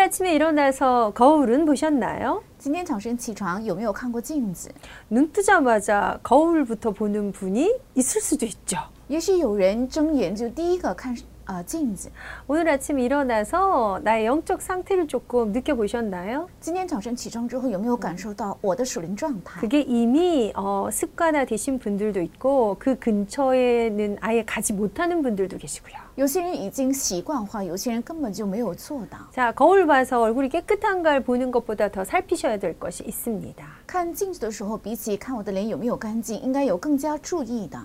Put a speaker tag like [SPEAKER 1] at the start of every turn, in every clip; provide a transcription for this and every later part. [SPEAKER 1] 아침에 일어나서 거울은 보셨나요?
[SPEAKER 2] 今天早晨起床有没有看过镜子？
[SPEAKER 1] 눈 뜨자마자 거울부터 보는 분이 있을 수도 있죠.
[SPEAKER 2] 也许有人睁眼就第一个看呃镜子。
[SPEAKER 1] 오늘 아침 일어나서 나의 영적 상태를 조금 느껴보셨나요?
[SPEAKER 2] 今天早晨起床之后有没有感受到我的属灵状态？
[SPEAKER 1] 그게 이미 어, 습관화 되신 분들도 있고 그 근처에는 아예 가지 못하는 분들도 계시고요.
[SPEAKER 2] 有些人已经习惯化，有些人根本就没有做到。
[SPEAKER 1] 자, 거울 봐서 얼굴이 깨끗한 걸 보는 것보다 더 살피셔야 될 것이 있습니다.
[SPEAKER 2] 看镜子的时候，比起看我的脸有没有干净，应该有更加注意的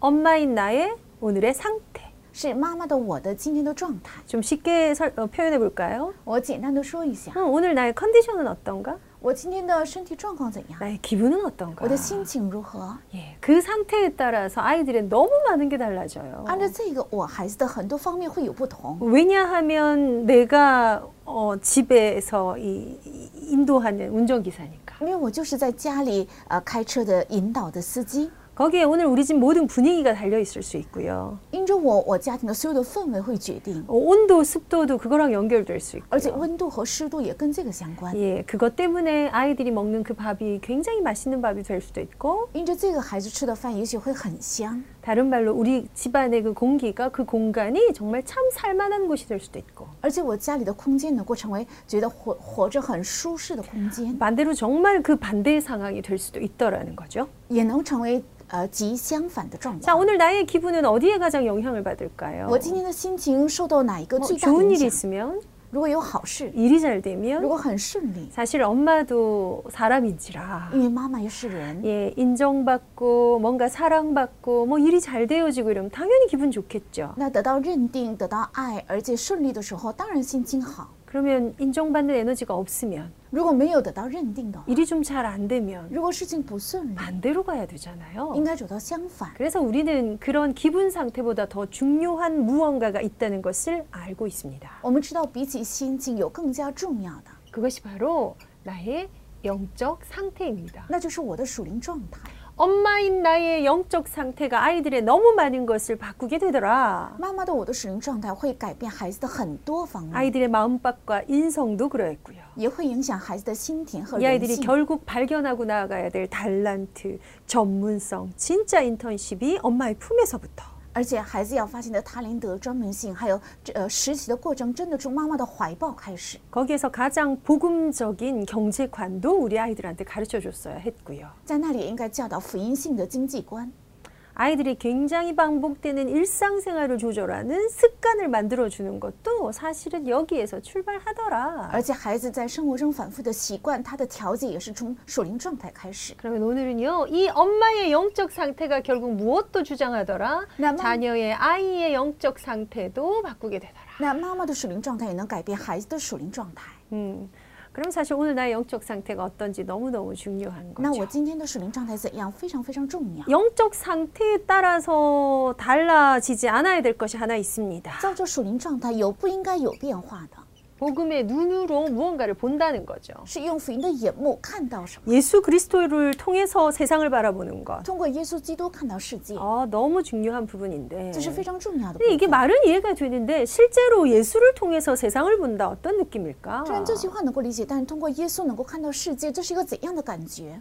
[SPEAKER 1] 엄마인 나의 오늘의 상태.
[SPEAKER 2] 是妈妈的我的今天的状态。
[SPEAKER 1] 좀 쉽게 설- 어, 표현해 볼까요?
[SPEAKER 2] 我简单的说一下，
[SPEAKER 1] 음, 오늘 나의 컨디션은 어떤가?
[SPEAKER 2] 我今天的身体状况怎样？
[SPEAKER 1] 나의 기분은 어떤가?
[SPEAKER 2] 我的心情如何？
[SPEAKER 1] 예, 그 상태에 따라서 아이들의 너무 많은 게 달라져요.
[SPEAKER 2] 按照这个，我孩子的很多方面会有不同。
[SPEAKER 1] 왜냐하면 내가 어, 집에서 이, 이- 인도하는 운전기사니까.
[SPEAKER 2] 因为我就是在家里呃开车的引导的司机，
[SPEAKER 1] 거기에 오늘 우리 집 모든 분위기가 달려 있을 수 있고요.
[SPEAKER 2] 因着我，我家庭的所有的氛围会决定，
[SPEAKER 1] 어, 온도, 습도도 그거랑 연결될 수
[SPEAKER 2] 而且
[SPEAKER 1] 있고요.
[SPEAKER 2] 温度和湿度也跟这个相关。
[SPEAKER 1] 예, 그것 때문에 아이들이 먹는 그 밥이 굉장히 맛있는 밥이 될 수도 있고
[SPEAKER 2] 因着这个，孩子吃的饭也许会很香。
[SPEAKER 1] 다른 말로 우리 집안의 그 공기가 그 공간이 정말 참 살만한 곳이 될 수도 있고
[SPEAKER 2] 而且我家里的空间能够成为觉得活活着很舒适的空间，
[SPEAKER 1] 반대로 정말 그 반대의 상황이 될 수도 있더라는 거죠.
[SPEAKER 2] 也能成为呃极相反的状态
[SPEAKER 1] 자, 。 오늘 나의 기분은 어디에 가장 영향을 받을까요?
[SPEAKER 2] 我今天的心情受到哪一个
[SPEAKER 1] 어,
[SPEAKER 2] 最大的
[SPEAKER 1] 좋은
[SPEAKER 2] 影
[SPEAKER 1] 일이
[SPEAKER 2] 响？
[SPEAKER 1] 있으면
[SPEAKER 2] 如果有好事，
[SPEAKER 1] 일이 잘
[SPEAKER 2] 如
[SPEAKER 1] 되면
[SPEAKER 2] 果很顺利，
[SPEAKER 1] 사실 엄마도 사람인지라
[SPEAKER 2] 因为妈妈也是人，
[SPEAKER 1] 예, 인정받고 뭔가 사랑받고 뭐 일이 잘 되어지고 이러면 당연히 기분 좋겠죠.
[SPEAKER 2] 那得到认定、得到爱，而且顺利的时候，当然心情好。
[SPEAKER 1] 그러면 인정받는 에너지가 없으면
[SPEAKER 2] 如果没有得到认定的话，
[SPEAKER 1] 일이 좀 잘 안 되면
[SPEAKER 2] 如果事情不顺利，
[SPEAKER 1] 반대로 가야
[SPEAKER 2] 应
[SPEAKER 1] 되잖아요.
[SPEAKER 2] 该走到相反。
[SPEAKER 1] 그래서 우리는 그런 기분 상태보다 더 중요한 무언가가 있다는 것을 알고 있습니다.
[SPEAKER 2] 我们知道，比起心情有更加重要的，
[SPEAKER 1] 그것이 바로 나의 영적 상태입니다.
[SPEAKER 2] 那就是我的属灵状态。
[SPEAKER 1] 엄마인 나의 영적 상태가 아이들의 너무 많은 것을 바꾸게 되더라.
[SPEAKER 2] 妈妈的我的属灵状态会改变孩子的很多方面，
[SPEAKER 1] 아이들의 마음밭과 인성도 그러했고요.
[SPEAKER 2] 也会影响孩子的心田和
[SPEAKER 1] 이
[SPEAKER 2] 人
[SPEAKER 1] 아이들이
[SPEAKER 2] 性。
[SPEAKER 1] 결국 발견하고 나아가야 될 달란트, 전문성, 진짜 인턴십이 엄마의 품에서부터
[SPEAKER 2] 而且，孩子要发现的他灵德专门性，还有这呃实习的过程，真的从妈妈的怀抱开始。
[SPEAKER 1] 거기에서 가장 복음적인 경제관도 우리 아이들한테 가르쳐 줬어야 했고요.
[SPEAKER 2] 在那里应该教导福音性的经济观，
[SPEAKER 1] 아이들이 굉장히 반복되는 일상생활을 조절하는 습관을 만들어 주는 것도 사실은 여기에서 출발하더라.
[SPEAKER 2] 而且孩子在生活中反复的习惯，他的调节也是从属灵状态开始。
[SPEAKER 1] 그러면 오늘은요, 이 엄마의 영적 상태가 결국 무엇도 주장하더라?
[SPEAKER 2] 나만-
[SPEAKER 1] 자녀의 아이의 영적 상태도 바꾸게 되더라.
[SPEAKER 2] 那妈妈的属灵状态也能改变孩子的属灵状态。
[SPEAKER 1] 음, 그럼 사실 오늘 나의 영적 상태가 어떤지 너무너무 중요한
[SPEAKER 2] 那我
[SPEAKER 1] 거죠.
[SPEAKER 2] 今天的属灵状态怎样，非常非常重要。
[SPEAKER 1] 영적 상태에 따라서 달라지지 않아야 될 것이 하나 있습니다.
[SPEAKER 2] 照着属灵状态有不应该有变化的，
[SPEAKER 1] 복음의 눈으로 무언가를 본다는 거죠.
[SPEAKER 2] 是用福音的眼目看到什么，
[SPEAKER 1] 예수 그리스도를 통해서 세상을 바라보는 것.
[SPEAKER 2] 通过耶稣基督看到世界，
[SPEAKER 1] 아, 너무 중요한 부분인데.
[SPEAKER 2] 这是非
[SPEAKER 1] 근데
[SPEAKER 2] 常重要的部分。
[SPEAKER 1] 이게 말은 이해가 되는데 실제로 예수를 통해서 세상을 본다 어떤
[SPEAKER 2] 虽然
[SPEAKER 1] 느낌일까?
[SPEAKER 2] 这句话能够理解，但是通过耶稣能够看到世界，这是一个怎样的感觉？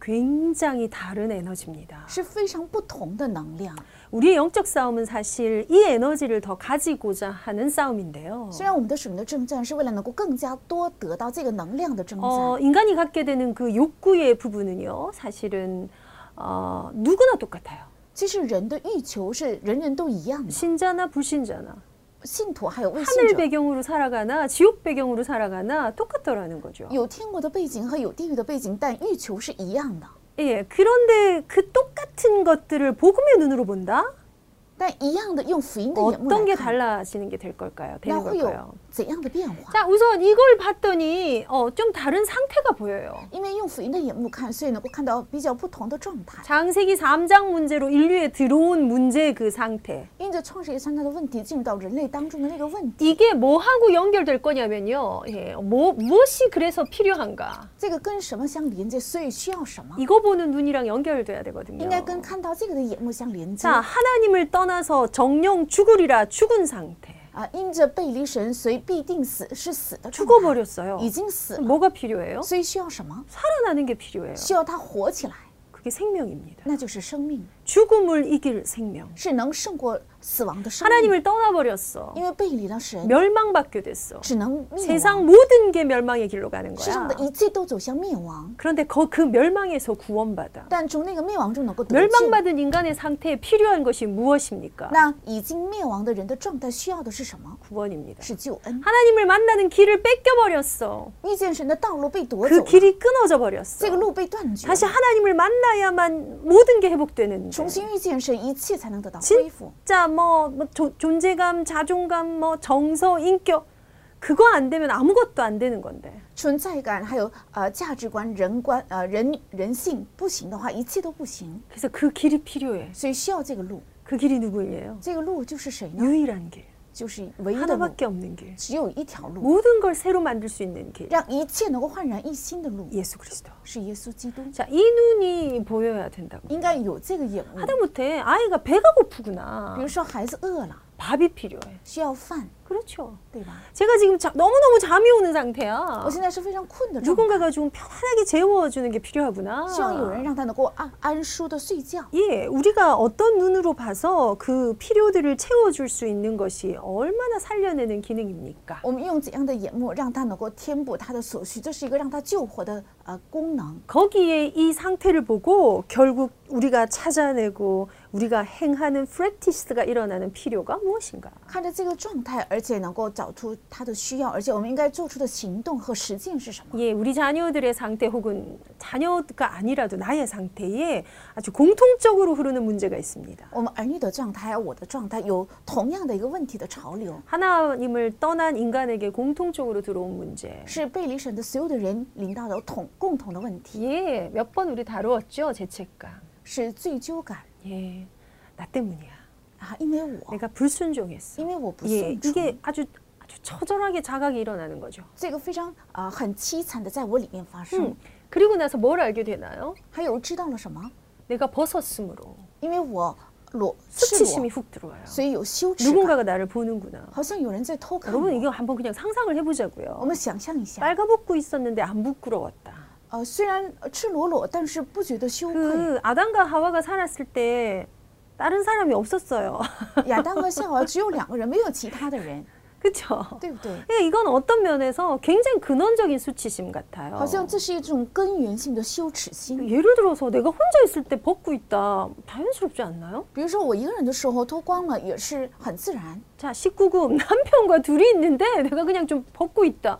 [SPEAKER 1] 굉장히 다른 에너지입니다.
[SPEAKER 2] 是非常不同的能量。
[SPEAKER 1] 우리의 영적 싸움은 사실 이 에너지를 더 가지고자 하는 싸움인데요.
[SPEAKER 2] 虽然我们的属灵的征战是为了能够更加多得到这个能量的征战，
[SPEAKER 1] 어, 인간이 갖게 되는 그 욕구의 부분은요, 사실은 어, 누구나 똑같아요.
[SPEAKER 2] 其实人的欲求是人人都一样的，
[SPEAKER 1] 신자나 불신자나
[SPEAKER 2] 信徒还有未信
[SPEAKER 1] 하늘
[SPEAKER 2] 者，
[SPEAKER 1] 배경으로 살아가나 지옥 배경으로 살아가나 똑같더라는 거죠.
[SPEAKER 2] 有天国的背景和有地狱的背景，但欲求是一样的。
[SPEAKER 1] 예, 그런데 그 똑같은 것들을 복음의 눈으로 본다?
[SPEAKER 2] 但一样的用福音的眼目
[SPEAKER 1] 어떤 게
[SPEAKER 2] 来看，
[SPEAKER 1] 달라지는 게 될 걸까요?
[SPEAKER 2] 那
[SPEAKER 1] 되는
[SPEAKER 2] 会有
[SPEAKER 1] 걸까요?
[SPEAKER 2] 怎样的变化？
[SPEAKER 1] 자, 우선 이걸 봤더니 어, 좀 다른 상태가 보여요.
[SPEAKER 2] 因为用福音的眼目看，所以能够看到比较不同的状态。
[SPEAKER 1] 장세기 3장 문제로 인류에 들어온 문제의 그 상태.
[SPEAKER 2] 因着创世纪三大的问题进入到人类当中的那个问题，
[SPEAKER 1] 이게 뭐하고 연결될 거냐면요. 예, 뭐, 무엇이 그래서 필요한가?
[SPEAKER 2] 这个跟什么相连接？所以需要什么？
[SPEAKER 1] 이거 보는 눈이랑 연결돼야 되거든요.
[SPEAKER 2] 应该跟看到这个的眼目相连接。
[SPEAKER 1] 자, 하나님을 떠나서 정령 죽으리라 죽은 상태.
[SPEAKER 2] 啊、啊，因着背离神，随必定死，是死的状态
[SPEAKER 1] 죽어버렸어요.
[SPEAKER 2] 已经死了，
[SPEAKER 1] 뭐가 필요해요?
[SPEAKER 2] 所以需要什么？
[SPEAKER 1] 살아나는 게 필요해요.
[SPEAKER 2] 需要他活起来，
[SPEAKER 1] 그게 생명입니다.
[SPEAKER 2] 那就是生命，
[SPEAKER 1] 죽음을 이길 생명.
[SPEAKER 2] 是能胜过死亡的生命。
[SPEAKER 1] 하나님을 떠나버렸어.
[SPEAKER 2] 因为背离了神，
[SPEAKER 1] 멸망받게 됐어.
[SPEAKER 2] 只能灭亡，
[SPEAKER 1] 세상 모든 게 멸망의 길로 가는
[SPEAKER 2] 世上
[SPEAKER 1] 거야.
[SPEAKER 2] 的一切都走向灭亡。
[SPEAKER 1] 그런데 거- 그 멸망에서 구원받아.
[SPEAKER 2] 但从那个灭亡中能够得救。
[SPEAKER 1] 멸망받은 인간의 상태에 필요한 것이 무엇입니까?
[SPEAKER 2] 那已经灭亡的人的状态需要的是什么？
[SPEAKER 1] 구원입니다.
[SPEAKER 2] 是救恩。
[SPEAKER 1] 하나님을 만나는 길을 뺏겨버렸어.
[SPEAKER 2] 遇见神的道路被夺走
[SPEAKER 1] 그
[SPEAKER 2] 了，
[SPEAKER 1] 길이 끊어져
[SPEAKER 2] 这个
[SPEAKER 1] 버렸어.
[SPEAKER 2] 路被断绝了，
[SPEAKER 1] 다시 하나님을 만나야만 모든 게 회복되는데
[SPEAKER 2] 重新遇见神，一切才能得到恢复。
[SPEAKER 1] 진짜 뭐, 뭐 조- 존재감, 자존감, 뭐 정서, 인격 그거 안 되면 아무것도 안 되는 건데
[SPEAKER 2] 存在感，还有呃价值观、人观、呃人人性不行的话，一切都不行。
[SPEAKER 1] 그래서 그 길이 필요해.
[SPEAKER 2] 所以需要这个路，
[SPEAKER 1] 그 길이 누구예요?
[SPEAKER 2] 这个路就是谁呢？
[SPEAKER 1] 유일한 길,
[SPEAKER 2] 就是唯一的路，
[SPEAKER 1] 하나밖에 없는 길,
[SPEAKER 2] 只有一条路，
[SPEAKER 1] 모든 걸 새로 만들 수 있는 길,
[SPEAKER 2] 让一切能够焕然一新的路，
[SPEAKER 1] 예수 그리스도.
[SPEAKER 2] 是耶稣基督。
[SPEAKER 1] 자, 이 눈이 보여야 된다고.
[SPEAKER 2] 应该有这个眼目。
[SPEAKER 1] 하다못해 아이가 배가
[SPEAKER 2] 比
[SPEAKER 1] 고프구나.
[SPEAKER 2] 如说孩子饿了，
[SPEAKER 1] 밥이 필요해.
[SPEAKER 2] 需要饭，
[SPEAKER 1] 음. 그렇죠.
[SPEAKER 2] 对吧？
[SPEAKER 1] 제가 지금 자- 너무너무 잠이 오는 상태야.
[SPEAKER 2] 我现在是非常困的状态，
[SPEAKER 1] 누군가가 좀 편안하게 재워주는 게 필요하구나.
[SPEAKER 2] 希望有人让他能够安安舒的睡觉。
[SPEAKER 1] 예, 우리가 어떤 눈으로 봐서 그 필요들을 채워줄 수 있는 것이 얼마나 살려내는 기능입니까?
[SPEAKER 2] 我们用怎样的眼目让他能够填补他的所需？这是一个让他救活的呃功能。
[SPEAKER 1] 거기에 이 상태를 보고 결국 우리가 찾아내고 우리가 행하는 프랙티스가 일어나는 필요가 무엇인가?
[SPEAKER 2] 看着这个状态，而且能够找出他的需要，而且我们应该做出的行动和实践是什么？
[SPEAKER 1] 예, 우리 자녀들의 상태 혹은 자녀가 아니라도 나의 상태에 아주 공통적으로 흐르는 문제가 있습니다.
[SPEAKER 2] 我们儿女的状态，还有我的状态，有同样的一个问题的潮流，
[SPEAKER 1] 하나님을 떠난 인간에게 공통적으로 들어온 문제.
[SPEAKER 2] 是背离神的所有的人领到的同共同的问题，
[SPEAKER 1] 예, 몇 번 우리 다루었죠, 죄책감.
[SPEAKER 2] 是罪疚感
[SPEAKER 1] 예, 나 때문이야.
[SPEAKER 2] 啊，因为我，
[SPEAKER 1] 내가 불순종했어.
[SPEAKER 2] 因为我不
[SPEAKER 1] 예,
[SPEAKER 2] 顺从，
[SPEAKER 1] 이게 아주 아주 처절하게 자각이 일어나는 거죠.
[SPEAKER 2] 这个非常啊、呃很凄惨的在我里面发
[SPEAKER 1] 嗯
[SPEAKER 2] 生。
[SPEAKER 1] 음. 그리고 나서 뭘 알게 되나요?
[SPEAKER 2] 还有知道了什么？
[SPEAKER 1] 내가 버섯으로
[SPEAKER 2] 因为我裸赤裸
[SPEAKER 1] 수치심이 ，훅 들어와요.
[SPEAKER 2] 所以有羞耻感，
[SPEAKER 1] 누군가가 나를 보는구나.
[SPEAKER 2] 好像有人在偷看
[SPEAKER 1] 여러분
[SPEAKER 2] 我。
[SPEAKER 1] 이거 한번 그냥 상상을
[SPEAKER 2] 我
[SPEAKER 1] 해보자고요.
[SPEAKER 2] 们想象一下，
[SPEAKER 1] 빨가벗고 있었는데 안 부끄러웠다.
[SPEAKER 2] 呃，虽然赤裸裸，但是不觉得羞愧。
[SPEAKER 1] 그 아담과 하와가 살았을 때 다른 사람이 없었어요.
[SPEAKER 2] 亚当和夏娃只有两个人，没有其他的人，
[SPEAKER 1] 그렇죠?
[SPEAKER 2] 对不对？
[SPEAKER 1] 이건 어떤 면에서 굉장히 근원적인 수치심 같아요.
[SPEAKER 2] 好像这是一种根源性的羞耻心。
[SPEAKER 1] 예를 들어서 내가 혼자 있을 때 벗고 있다. 자연스럽지 않나요?
[SPEAKER 2] 比如说我一个人的时候脱光了也是很自然，
[SPEAKER 1] 자, 19금 남편과 둘이 있는데 내가 그냥 좀 벗고 있다.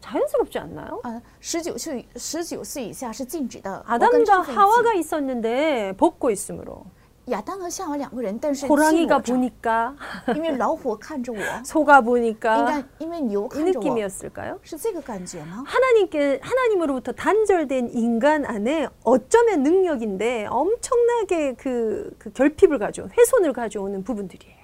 [SPEAKER 1] 자연스럽지 않나요?
[SPEAKER 2] 呃，十九岁十九岁以下是禁止的。我跟
[SPEAKER 1] 아담과
[SPEAKER 2] 丈夫一起
[SPEAKER 1] 하와가 있었는데 벗고 있으므로
[SPEAKER 2] 亚当和夏娃两个啊人，但是
[SPEAKER 1] 네,
[SPEAKER 2] 亲
[SPEAKER 1] 호랑이가
[SPEAKER 2] 我着
[SPEAKER 1] 보니까
[SPEAKER 2] 因为老虎看 着我，应
[SPEAKER 1] 소가 보니까
[SPEAKER 2] 该因为
[SPEAKER 1] 이
[SPEAKER 2] 牛看着我，
[SPEAKER 1] 느낌이었을까요?
[SPEAKER 2] 是这个感觉吗？
[SPEAKER 1] 하나님께 하나님으로부터 단절된 인간 안에 어쩌면 능력인데 엄청나게 그, 그 결핍을 가져온 훼손을 가져오는 부분들이에요.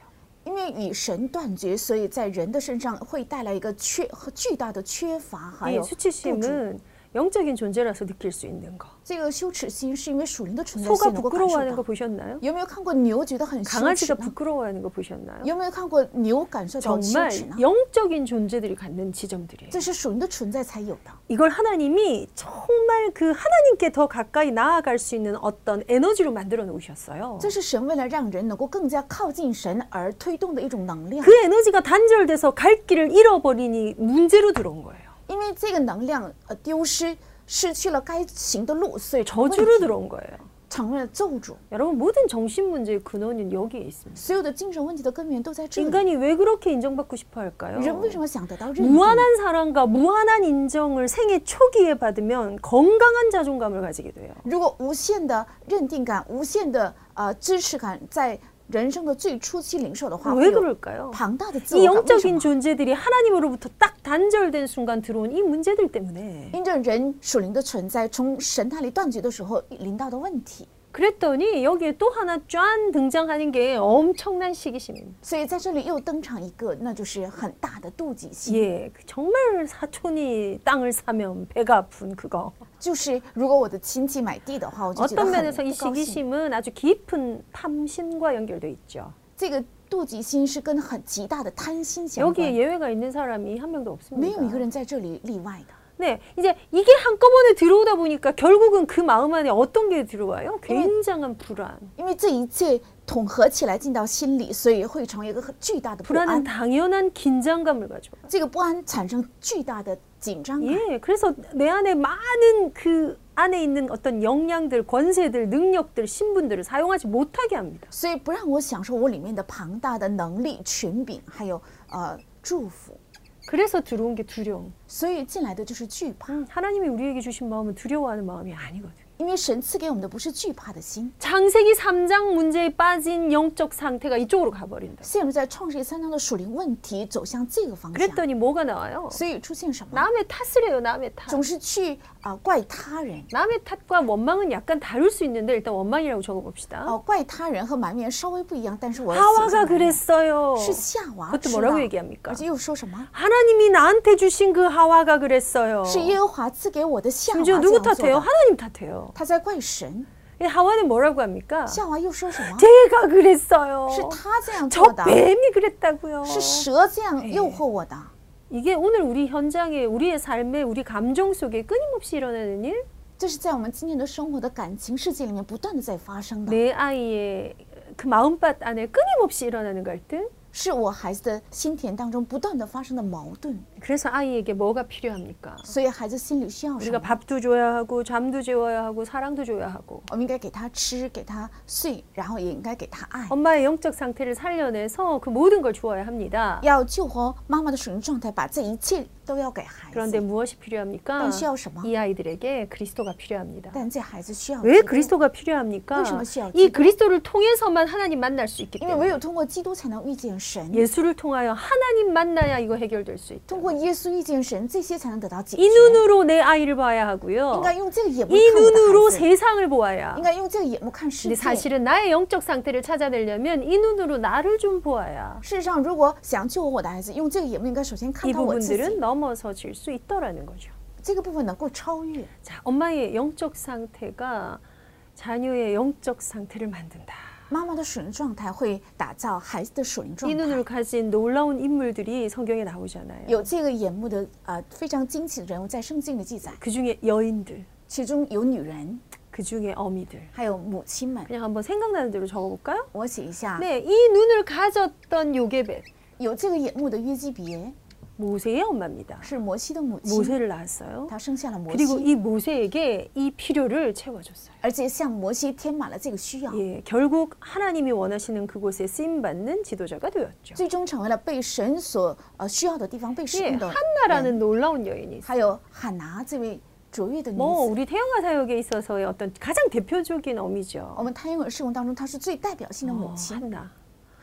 [SPEAKER 2] 因为与神断绝，所以在人的身上会带来一个缺和巨大的缺乏，还
[SPEAKER 1] 예,
[SPEAKER 2] 有不足。
[SPEAKER 1] 수치심은 영적인 존재라서 느낄 수 있는 거.
[SPEAKER 2] 这个羞耻心是因为属灵的存在
[SPEAKER 1] 네, 소가
[SPEAKER 2] 性能够啊感受
[SPEAKER 1] 부끄러워하는 거
[SPEAKER 2] 到。
[SPEAKER 1] 보셨나요?
[SPEAKER 2] 有没有看过牛觉得很羞耻
[SPEAKER 1] 강아지가
[SPEAKER 2] 呢？
[SPEAKER 1] 부끄러워하는 거 보셨나요?
[SPEAKER 2] 有没有看过牛感受到羞
[SPEAKER 1] 정말
[SPEAKER 2] 耻呢？
[SPEAKER 1] 영적인 존재들이 갖는 지점들이에요.
[SPEAKER 2] 这是属灵的存在才有的。
[SPEAKER 1] 이걸 하나님이 정말 그 하나님께 더 가까이 나아갈 수 있는 어떤 에너지로 만들어 놓으셨어요.
[SPEAKER 2] 这是神为了让人能够更加靠近神而推动的一种能量，
[SPEAKER 1] 그 에너지가 단절돼서 갈 길을 잃어버리니 문제로 들어온 거예요.
[SPEAKER 2] 因为这个能量呃丢失，失去了该行的路，所以成为
[SPEAKER 1] 저주로 들어온 거예요.
[SPEAKER 2] 成为了咒诅。
[SPEAKER 1] 여러분 모든 정신 문제의 근원은 여기에 있습니다.
[SPEAKER 2] 所有的精神问题的根源都在这里。
[SPEAKER 1] 인간이 왜 그렇게 인정받고 싶어 할까요?
[SPEAKER 2] 人为什么想得到认同？
[SPEAKER 1] 무한한 사랑과 무한한 인정을 생애 초기에 받으면 건강한 자존감을 가지게 돼요.
[SPEAKER 2] 如果无限的认定感、无限的呃支持感，在人生的最初期领受的话，会
[SPEAKER 1] 왜
[SPEAKER 2] 有
[SPEAKER 1] 그럴까요?
[SPEAKER 2] 庞大的自
[SPEAKER 1] 이
[SPEAKER 2] 我感。为什
[SPEAKER 1] 영적인
[SPEAKER 2] 么？
[SPEAKER 1] 존재들이 하나님으로부터 딱 단절된 순간 들어온 이 문제들 때문에
[SPEAKER 2] 因着人属灵的存在，从神那里断绝的时候，临到的问题。
[SPEAKER 1] 그랬더니 여기에 또 하나 짠 등장하는 게 엄청난 시기심입니다.
[SPEAKER 2] 所以在这里又登场一个，那就是很大的妒忌心。
[SPEAKER 1] 예, 그 정말 사촌이 땅을 사면 배가 아픈 그거.
[SPEAKER 2] 就是如果我的亲戚买地的话，我就觉得
[SPEAKER 1] 어떤
[SPEAKER 2] 很
[SPEAKER 1] 면에서 이
[SPEAKER 2] 不高兴。
[SPEAKER 1] 시기심은 아주 깊은 탐심과 연결돼 있죠.
[SPEAKER 2] 这个妒忌心是跟很极大的贪心相
[SPEAKER 1] 여기에
[SPEAKER 2] 关，
[SPEAKER 1] 예외가 있는 사람이 한 명도
[SPEAKER 2] 没有一
[SPEAKER 1] 없습니다.
[SPEAKER 2] 个人在这里例外的。
[SPEAKER 1] 네, 이제 이게 한꺼번에 들어오다 보니까 결국은 그 마음 안에 어떤 게 들어와요? 굉장한 불안.
[SPEAKER 2] 因为这一切统合起来进到心里，所以会成为一个很巨大的不
[SPEAKER 1] 불안은
[SPEAKER 2] 安。
[SPEAKER 1] 당연한 긴장감을 가져와요.
[SPEAKER 2] 这个不安产生巨大的紧张感，
[SPEAKER 1] 예, 그래서 내 안에 많은 그 안에 있는 어떤 역량들, 권세들, 능력들, 신분들을 사용하지 못하게 합니다.
[SPEAKER 2] 所以不让我享受我里面的庞大的能力、权柄，还有呃祝福。
[SPEAKER 1] 그래서 들어온 게 두려움.
[SPEAKER 2] 所以进来的就是惧怕，
[SPEAKER 1] 음, 하나님이 우리에게 주신 마음은 두려워하는 마음이 아니거든요.
[SPEAKER 2] 因为神赐给我们的不是惧怕的心。
[SPEAKER 1] 장세기 3장 문제에 빠진 영적 상태가 이쪽으로 가버린다.
[SPEAKER 2] 陷入在创世纪三章的属灵问题走向这个方向，
[SPEAKER 1] 그랬더니 뭐가 나와요?
[SPEAKER 2] 所以出现什么？
[SPEAKER 1] 남의 탓을 해요, 남의 탓.
[SPEAKER 2] 总是去啊、怪他人，
[SPEAKER 1] 남의 탓과 원망은 약간 다를 수 있는데 일단 원망이라고 적어봅시다.
[SPEAKER 2] 哦、怪他人和埋怨稍微不一样，但是我要写下
[SPEAKER 1] 하와가
[SPEAKER 2] 埋怨
[SPEAKER 1] 그랬어요.
[SPEAKER 2] 是夏娃
[SPEAKER 1] 그것도
[SPEAKER 2] 知道
[SPEAKER 1] 뭐라고 ， 얘기합니까?
[SPEAKER 2] 而且又说什么？
[SPEAKER 1] 하나님이 나한테 주신 그 하와가 그랬어요.
[SPEAKER 2] 是耶和华赐给我的夏娃这
[SPEAKER 1] 심지어
[SPEAKER 2] 样
[SPEAKER 1] 누구
[SPEAKER 2] 做
[SPEAKER 1] 탓해요?
[SPEAKER 2] 的。
[SPEAKER 1] 하나님 탓해요.
[SPEAKER 2] 他在怪神，
[SPEAKER 1] 이 하와는 뭐라고 합니까?
[SPEAKER 2] 夏娃又说什么？
[SPEAKER 1] 제가 그랬어요.
[SPEAKER 2] 是他这样
[SPEAKER 1] 저
[SPEAKER 2] 做的，
[SPEAKER 1] 뱀이 그랬다고요.
[SPEAKER 2] 是蛇这样诱惑我的。
[SPEAKER 1] 이게 오늘 우리 현장에 우리의 삶에 우리 감정 속에 끊임없이 일어나는 일,
[SPEAKER 2] 这是在我们今天的生活的感情世界里面不断的在发生的，
[SPEAKER 1] 내 아이의 그 마음밭 안에 끊임없이 일어나는 갈등.
[SPEAKER 2] 是我孩子的心田当中不断的发生的矛盾，
[SPEAKER 1] 그래서 아이에게 뭐가 필요합니까?
[SPEAKER 2] 所以孩子心里需要
[SPEAKER 1] 우리가
[SPEAKER 2] 什么？
[SPEAKER 1] 밥도 줘야 하고 잠도 재워야 하고 사랑도 줘야 하고
[SPEAKER 2] 我们应该给他吃，给他睡，然后也应该给他爱，
[SPEAKER 1] 엄마의 영적 상태를 살려내서 그 모든 걸 주어야 합니다.
[SPEAKER 2] 要救活妈妈的属灵状态，把这一切都要给孩
[SPEAKER 1] 그런데
[SPEAKER 2] 子。
[SPEAKER 1] 무엇이 필요합니까?
[SPEAKER 2] 난 시야가 없어.
[SPEAKER 1] 이 아이들에게 그리스도가 필요합니다.
[SPEAKER 2] 但这孩子需要
[SPEAKER 1] 왜
[SPEAKER 2] 基督
[SPEAKER 1] 그리스도가 필요합니까?
[SPEAKER 2] 그것이 뭐시야?
[SPEAKER 1] 이 그리스도를 통해서만 하나님 만날 수 있기
[SPEAKER 2] 因为唯
[SPEAKER 1] 때문에
[SPEAKER 2] 有通过基督才能遇见神，
[SPEAKER 1] 예수를 통하여 하나님 만나야 이거 해결될 수 있다.
[SPEAKER 2] 通过耶稣遇见神，这些才能得到解决
[SPEAKER 1] 이 。 눈으로 내 아이를 봐야
[SPEAKER 2] 应
[SPEAKER 1] 하고요.
[SPEAKER 2] 该用这个眼目
[SPEAKER 1] 이
[SPEAKER 2] 看我的
[SPEAKER 1] 눈으로
[SPEAKER 2] 孩子，
[SPEAKER 1] 세상을 보아야.
[SPEAKER 2] 应该用这个眼目看世
[SPEAKER 1] 근데
[SPEAKER 2] 界。
[SPEAKER 1] 사실은 나의 영적 상태를 찾아내려면 이 눈으로 나를 좀 보아야
[SPEAKER 2] 事实上，如果想救活我的孩子，用这个眼目应该首先看
[SPEAKER 1] 이
[SPEAKER 2] 到我自己。
[SPEAKER 1] 부분들은 넘어서질 수 있더라는 거죠.
[SPEAKER 2] 这个部分能够超越。
[SPEAKER 1] 자, 엄마의 영적 상태가 자녀의 영적 상태를 만든다.
[SPEAKER 2] 妈妈的属灵状态会打造孩子的属灵状
[SPEAKER 1] 이
[SPEAKER 2] 态。
[SPEAKER 1] 눈을 가진 놀라운 인물들이 성경에 나오잖아요.
[SPEAKER 2] 有这个眼目的呃非常惊奇的人物在圣经里记载，
[SPEAKER 1] 그 중에 여인들,
[SPEAKER 2] 其中有女人，
[SPEAKER 1] 그 중에 어미들.
[SPEAKER 2] 还有母亲们。
[SPEAKER 1] 그냥 한번 생각나는 대로 적어볼까요?
[SPEAKER 2] 我写一下，
[SPEAKER 1] 네, 이 눈을 가졌던 요게벳
[SPEAKER 2] 有这个眼目的约基别
[SPEAKER 1] 모세의 엄마입니다.
[SPEAKER 2] 是摩西的母亲，
[SPEAKER 1] 모세를 낳았어요.
[SPEAKER 2] 她生下了摩
[SPEAKER 1] 그리고
[SPEAKER 2] 西，
[SPEAKER 1] 이 모세에게 이 필요를 채워줬어요.
[SPEAKER 2] 而且向摩西填满了这个需要，
[SPEAKER 1] 예, 결국 하나님이 원하시는 그곳에 쓰임 받는 지도자가 되었죠.
[SPEAKER 2] 最终成为了被神所呃需要的地方被使
[SPEAKER 1] 예,
[SPEAKER 2] 用的。
[SPEAKER 1] 한나라는 놀라운 여인이 있어요.
[SPEAKER 2] 还有汉拿这位卓越的女
[SPEAKER 1] 뭐
[SPEAKER 2] 子，
[SPEAKER 1] 우리 태영아 사역에 있어서의 어떤 가장 대표적인 어미죠.
[SPEAKER 2] 我们太阳文侍奉当中她是最代表性的
[SPEAKER 1] 어,
[SPEAKER 2] 母亲，
[SPEAKER 1] 한나.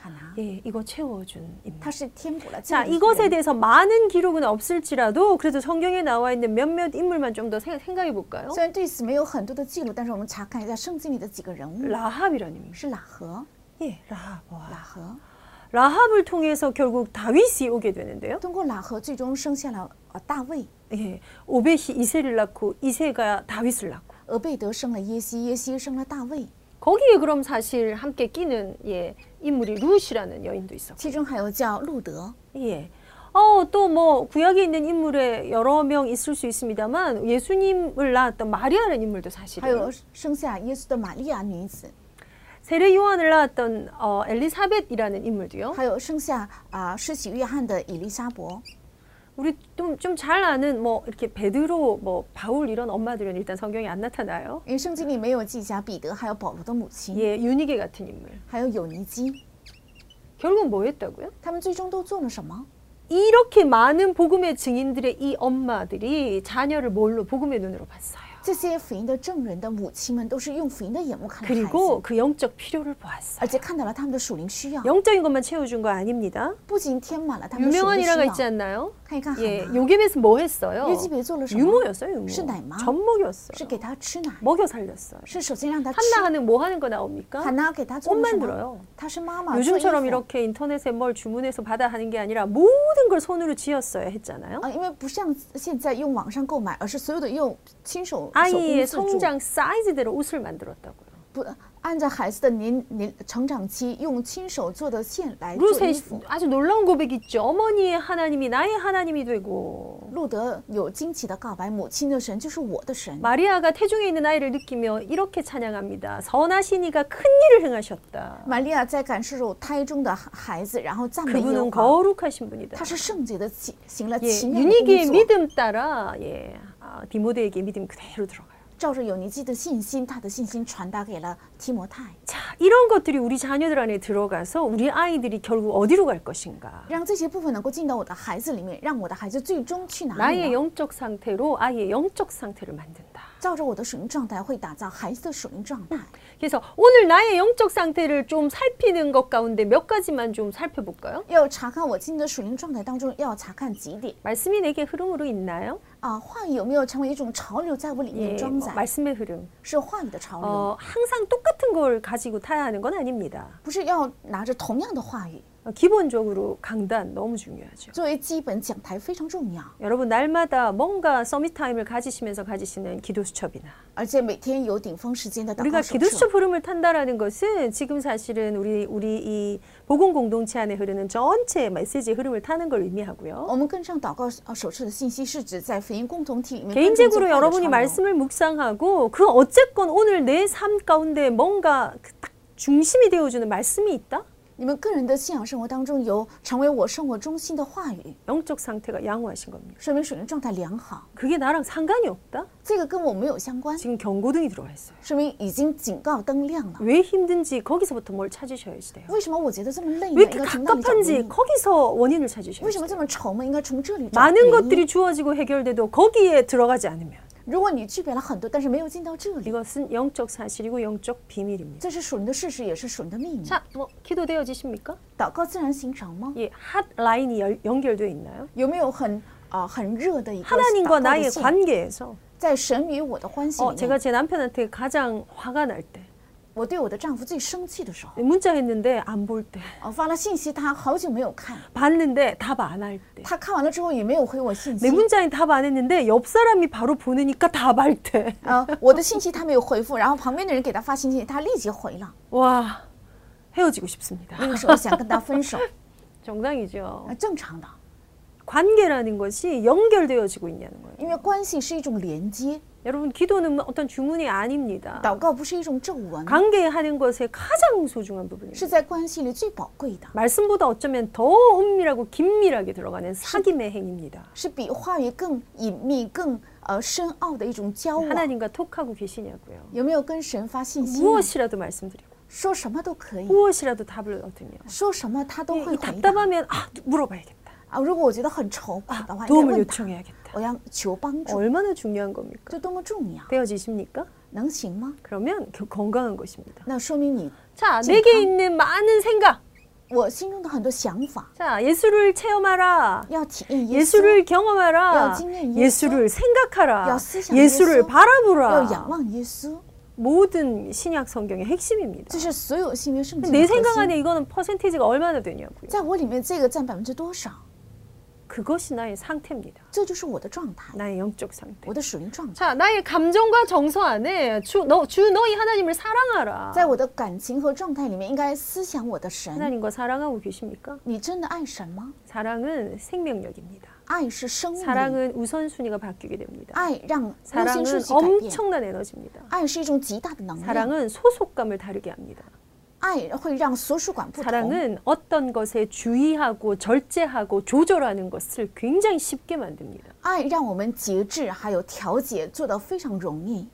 [SPEAKER 2] 汉拿，
[SPEAKER 1] 예, 이거 채워준 인물.
[SPEAKER 2] 她是填补了这
[SPEAKER 1] 자
[SPEAKER 2] 个人
[SPEAKER 1] 이것에 대해서 많은 기록은 없을지라도 그래도 성경에 나와 있는 몇몇 인물만 좀 더 생각해 볼까요?
[SPEAKER 2] 虽然对此没有很多的记录，但是我们查看一下圣经里的几个人
[SPEAKER 1] 嗯
[SPEAKER 2] 物，
[SPEAKER 1] 라합이라는 인물.
[SPEAKER 2] 是喇合，
[SPEAKER 1] 예, 라합.
[SPEAKER 2] 喇合
[SPEAKER 1] 합을 통해서 결국 다윗이 오게 되는데요.
[SPEAKER 2] 通过喇合最终生下了呃大卫，
[SPEAKER 1] 예, 오벳이 이세를 낳고 이세가 다윗을 낳고.
[SPEAKER 2] 俄贝德生了耶西，耶西生了大卫，
[SPEAKER 1] 거기에 그럼 사실 함께 끼는 예, 인물이 루시라는 여인도 있었고.
[SPEAKER 2] 其中还有叫路德。
[SPEAKER 1] 예. 어, 또 뭐 구약에 있는 인물에 여러 명 있을 수 있습니다만 예수님을 낳았던 마리아라는 인물도
[SPEAKER 2] 还
[SPEAKER 1] 사실은
[SPEAKER 2] 有生下耶稣的玛利亚女子，
[SPEAKER 1] 세례 요한을 낳았던 어, 엘리사벳이라는 인물도요.
[SPEAKER 2] 还有生下啊施洗约翰的以利沙伯，
[SPEAKER 1] 우리 좀 좀 잘 아는 뭐 이렇게 베드로 뭐 바울 이런 엄마들은 일단 성경에 안 나타나요.
[SPEAKER 2] 因为圣经里没有记下彼得还有保罗的母亲，
[SPEAKER 1] 예, 유니게 같은 인물.
[SPEAKER 2] 还有有尼基，
[SPEAKER 1] 결국 뭐 했다고요?
[SPEAKER 2] 他们最终都做了什么？
[SPEAKER 1] 이렇게 많은 복음의 증인들의 이 엄마들이 자녀를 뭘로 복음의 눈으로 봤어요.
[SPEAKER 2] 这些福音的证人的母亲们都是用福音的眼目看着孩
[SPEAKER 1] 그리고
[SPEAKER 2] 子，
[SPEAKER 1] 그 영적 필요를 보았어요.
[SPEAKER 2] 而且看到了他们的属灵需要。
[SPEAKER 1] 영적인 것만 채워준 거 아닙니다.
[SPEAKER 2] 不仅填满了他们的属
[SPEAKER 1] 유명한
[SPEAKER 2] 灵需
[SPEAKER 1] 일화가 있지
[SPEAKER 2] 要，
[SPEAKER 1] 않나요?
[SPEAKER 2] 看一看海
[SPEAKER 1] 예,
[SPEAKER 2] 南
[SPEAKER 1] 요게벳은 뭐 했어요?
[SPEAKER 2] 요게벳做了什么?
[SPEAKER 1] 유모였어요, 유모.
[SPEAKER 2] 신다임마?
[SPEAKER 1] 젖먹였어요.
[SPEAKER 2] 是给他吃奶，
[SPEAKER 1] 먹여 살렸어요.
[SPEAKER 2] 是首先让他吃，啊
[SPEAKER 1] 한나 하는 뭐 하는 거 나옵니까?
[SPEAKER 2] 喊他给他做了什
[SPEAKER 1] 옷만들어요
[SPEAKER 2] 么？他是妈妈做衣
[SPEAKER 1] 요즘처럼
[SPEAKER 2] 服，
[SPEAKER 1] 이렇게 인터넷에 뭘 주문해서 받아 하는 게 아니라 모든 걸 손으로 지었어야 했잖아요.
[SPEAKER 2] 啊，因为不像现在用网上购买，而是所有的用亲手手工
[SPEAKER 1] 아이의
[SPEAKER 2] 自助
[SPEAKER 1] 성장 사이즈대로 옷을 만들었다고요.
[SPEAKER 2] 不按照孩子的年年成长期，用亲手做的线来做衣
[SPEAKER 1] 루세
[SPEAKER 2] 服。
[SPEAKER 1] 아주 놀라운 고백이 있죠. 어머니의 하나님이 나의 하나님이 되고
[SPEAKER 2] 路德有惊奇的告白：“母亲的神就是我的神。”
[SPEAKER 1] 마리아가 태중에 있는 아이를 느끼며 이렇게 찬양합니다. 선하신 이가 큰 일을 행하셨다.
[SPEAKER 2] 玛利亚在感受着胎中的孩子，然后赞美耶和
[SPEAKER 1] 그분은
[SPEAKER 2] 华。
[SPEAKER 1] 거룩하신 네, 아. 분이다.
[SPEAKER 2] 他是圣洁的起，行了
[SPEAKER 1] 예,
[SPEAKER 2] 奇妙的
[SPEAKER 1] 유니기의
[SPEAKER 2] 工作，
[SPEAKER 1] 믿음 따라 예, 아, 디모데에게 믿음 그대로 들어가요.
[SPEAKER 2] 照着有尼基的信心，他的信心传达给了提摩太，
[SPEAKER 1] 자, 이런 것들이 우리 자녀들 안에 들어가서 우리 아이들이 결국 어디로 갈 것인가?
[SPEAKER 2] 让这些部分能够进到我的孩子里面，让我的孩子最终去哪里
[SPEAKER 1] 나의
[SPEAKER 2] 呢？
[SPEAKER 1] 영적 상태로 아이의 영적 상태를 만든다.
[SPEAKER 2] 照着我的属灵状态，会打造孩子的属灵状态。
[SPEAKER 1] 그래서 오늘 나의 영적 상태를 좀 살피는 것 가운데 몇 가지만 좀 살펴볼까요?
[SPEAKER 2] 要查看我今天的属灵状态当中，要查看几点
[SPEAKER 1] 말씀이 내게 흐름으로 있나요?
[SPEAKER 2] 啊？话语有没有成为一种潮流，在我里
[SPEAKER 1] 예,
[SPEAKER 2] 面装载？
[SPEAKER 1] 말씀의 흐름.
[SPEAKER 2] 是话语的潮流，
[SPEAKER 1] 어, 항상 똑같은 걸 가지고 타야 하는 건 아닙니다.
[SPEAKER 2] 不是要拿着同样的话语
[SPEAKER 1] 어, 기본적으로 강단 너무 중요하죠.
[SPEAKER 2] 作为基本讲台非常重要，
[SPEAKER 1] 여러분 날마다 뭔가 서밋 타임을 가지시면서 가지시는 기도 수첩이나
[SPEAKER 2] 而且每天有顶峰时间的祷
[SPEAKER 1] 우리가
[SPEAKER 2] 告手
[SPEAKER 1] 기도
[SPEAKER 2] 册。
[SPEAKER 1] 수첩 흐름을 탄다라는 것은 지금 사실은 우리 우리 이 복음 공동체 안에 흐르는 전체 메시지의 흐름을 타는 걸 의미하고요.
[SPEAKER 2] 我们跟上祷告呃手册的信息是指在福音共同体里面跟进这块
[SPEAKER 1] 개인적으로
[SPEAKER 2] 的潮流。
[SPEAKER 1] 여러분이 말씀을 묵상하고 그 어쨌건 오늘 내 삶 가운데 뭔가 그딱 중심이 되어주는 말씀이 있다.
[SPEAKER 2] 你们个人的信仰生活当中有成为我生活中心的话语，
[SPEAKER 1] 영적 상태가 양호하신 겁니다.
[SPEAKER 2] 说明属灵状态良好。
[SPEAKER 1] 그게 나랑 상관이 없다.
[SPEAKER 2] 这个跟我没有相关，
[SPEAKER 1] 지금 경고등이 들어와 있어요.
[SPEAKER 2] 说明已经警告灯亮了。
[SPEAKER 1] 왜 힘든지 거기서부터 뭘 찾으셔야지 돼요.
[SPEAKER 2] 为什么我觉得这么累呢？
[SPEAKER 1] 왜
[SPEAKER 2] 应
[SPEAKER 1] 어, 이렇게
[SPEAKER 2] 该从那里找原
[SPEAKER 1] 갑갑한지
[SPEAKER 2] 因。
[SPEAKER 1] 거기서 원인을
[SPEAKER 2] 为
[SPEAKER 1] 찾으셔야지
[SPEAKER 2] 什么
[SPEAKER 1] 돼요.
[SPEAKER 2] 这么愁吗？应该从这里找原
[SPEAKER 1] 많은
[SPEAKER 2] 因。
[SPEAKER 1] 것들이 주어지고 해결돼도 거기에 들어가지 않으면
[SPEAKER 2] 如果你具备了很多，但是没有进到这里，
[SPEAKER 1] 이것은 영적 사실이고 영적 비밀입니다.
[SPEAKER 2] 这是属灵的事实，也是属灵的秘密。
[SPEAKER 1] 자, 뭐 기도되어지십니까?
[SPEAKER 2] 祷告自然形成吗？
[SPEAKER 1] 예, 핫 라인이 열- 연결되어 있나요?
[SPEAKER 2] 有没有很啊、呃很热的一个祷告
[SPEAKER 1] 하나님과
[SPEAKER 2] 的
[SPEAKER 1] 나의
[SPEAKER 2] 线
[SPEAKER 1] 관계에서
[SPEAKER 2] 在神与我的欢喜里
[SPEAKER 1] 어,
[SPEAKER 2] 面
[SPEAKER 1] 제가 제 남편한테 가장 화가 날 때,
[SPEAKER 2] 我对我的丈夫最生气的时候，
[SPEAKER 1] 문자했는데 안 볼 때,
[SPEAKER 2] 我发了信息，他好久没有看，
[SPEAKER 1] 봤는데 답 안 할 때,
[SPEAKER 2] 他看完了之后也没有回我信息
[SPEAKER 1] 내 。 문자에 답 안 했는데 옆 사람이 바로 보내니까 답할 때,
[SPEAKER 2] 呃，我的信息他没有回复，然后旁边的人给他发信息，他立即回了。
[SPEAKER 1] 와 헤어지고 싶습니다.
[SPEAKER 2] 那个时候想跟他分手，
[SPEAKER 1] 정상이죠.
[SPEAKER 2] 呃正常的，
[SPEAKER 1] 관계라는 것이 연결되어지고 있냐는 거예요.
[SPEAKER 2] 因为关系是一种连接，
[SPEAKER 1] 여러분 기도는 어떤 주문이 아닙니다.
[SPEAKER 2] 祷告不是一种皱纹，
[SPEAKER 1] 관계하는 것의 가장 소중한 부분입니다.
[SPEAKER 2] 是在关系里最宝贵的，
[SPEAKER 1] 말씀보다 어쩌면 더 은밀하고 긴밀하게 들어가는 사귐의 행위입니다.
[SPEAKER 2] 是比话语更隐秘、更呃深奥的一种交往。
[SPEAKER 1] 하나님과 톡하고 계시냐고요.
[SPEAKER 2] 有没有跟神发
[SPEAKER 1] 음.
[SPEAKER 2] 信息呢？
[SPEAKER 1] 무엇이라도 말씀드리고
[SPEAKER 2] 说什么都可以，
[SPEAKER 1] 무엇이라도 답을 얻으며
[SPEAKER 2] 说什么他都
[SPEAKER 1] 이
[SPEAKER 2] 会回答
[SPEAKER 1] 답답하면 아 누- 물어봐야겠다.
[SPEAKER 2] 啊。如果我觉得很愁苦的话，应该
[SPEAKER 1] 도움을
[SPEAKER 2] 问他，
[SPEAKER 1] 요청해야겠다.
[SPEAKER 2] 我要求帮助，
[SPEAKER 1] 얼마나 중요한 겁니까?
[SPEAKER 2] 这多么重要，
[SPEAKER 1] 되어지십니까?
[SPEAKER 2] 能行吗？
[SPEAKER 1] 그러면 겨- 건강한 것입니다.
[SPEAKER 2] 那说明你
[SPEAKER 1] 자,
[SPEAKER 2] 지금
[SPEAKER 1] 내게
[SPEAKER 2] 강-
[SPEAKER 1] 있는 많은 생각.
[SPEAKER 2] 我心中的很多想法
[SPEAKER 1] 자 예수를 체험하라.
[SPEAKER 2] 要体验耶稣，
[SPEAKER 1] 예수를 경험하라.
[SPEAKER 2] 야, 진짜 예수?
[SPEAKER 1] 예수를 생각하라.
[SPEAKER 2] 야, 쓰자,
[SPEAKER 1] 예수를
[SPEAKER 2] 예수? 要仰
[SPEAKER 1] 바라보라.
[SPEAKER 2] 望耶稣，
[SPEAKER 1] 모든 신약 성경의 핵심입니다.
[SPEAKER 2] 这是所有新约圣经
[SPEAKER 1] 내
[SPEAKER 2] 的核
[SPEAKER 1] 생각
[SPEAKER 2] 心。
[SPEAKER 1] 안에 이거는 퍼센티지가 얼마나 되냐고요.
[SPEAKER 2] 在我里面这个占百分之多少？
[SPEAKER 1] 그것이 나의 상태입니다.
[SPEAKER 2] 这就是我的状态，
[SPEAKER 1] 나의 영적 상태.
[SPEAKER 2] 我的属灵状态。
[SPEAKER 1] 자, 나의 감정과 정서 안에 주, 너, 주 너희 하나님을 사랑하라.
[SPEAKER 2] 在我的感情和状态里面，应该思想我的神。
[SPEAKER 1] 하나님과 사랑하고 계십니까?
[SPEAKER 2] 你真的爱神吗？
[SPEAKER 1] 사랑은 생명력입니다.
[SPEAKER 2] 爱是
[SPEAKER 1] 네.
[SPEAKER 2] 生命力，
[SPEAKER 1] 사랑은 우선순위가 바뀌게 됩니다.
[SPEAKER 2] 爱让优先
[SPEAKER 1] 사랑은
[SPEAKER 2] 顺序改变。
[SPEAKER 1] 엄청난 에너지입니다.
[SPEAKER 2] 爱是一种极大的能量，
[SPEAKER 1] 사랑은 소속감을 다르게 합니다.
[SPEAKER 2] 爱会让所属感不同。
[SPEAKER 1] 사랑은 어떤 것에 주의하고 절제하고 조절하는 것을 굉장히 쉽게 만듭니다.
[SPEAKER 2] 爱让我们节制还有调节做得非常容易。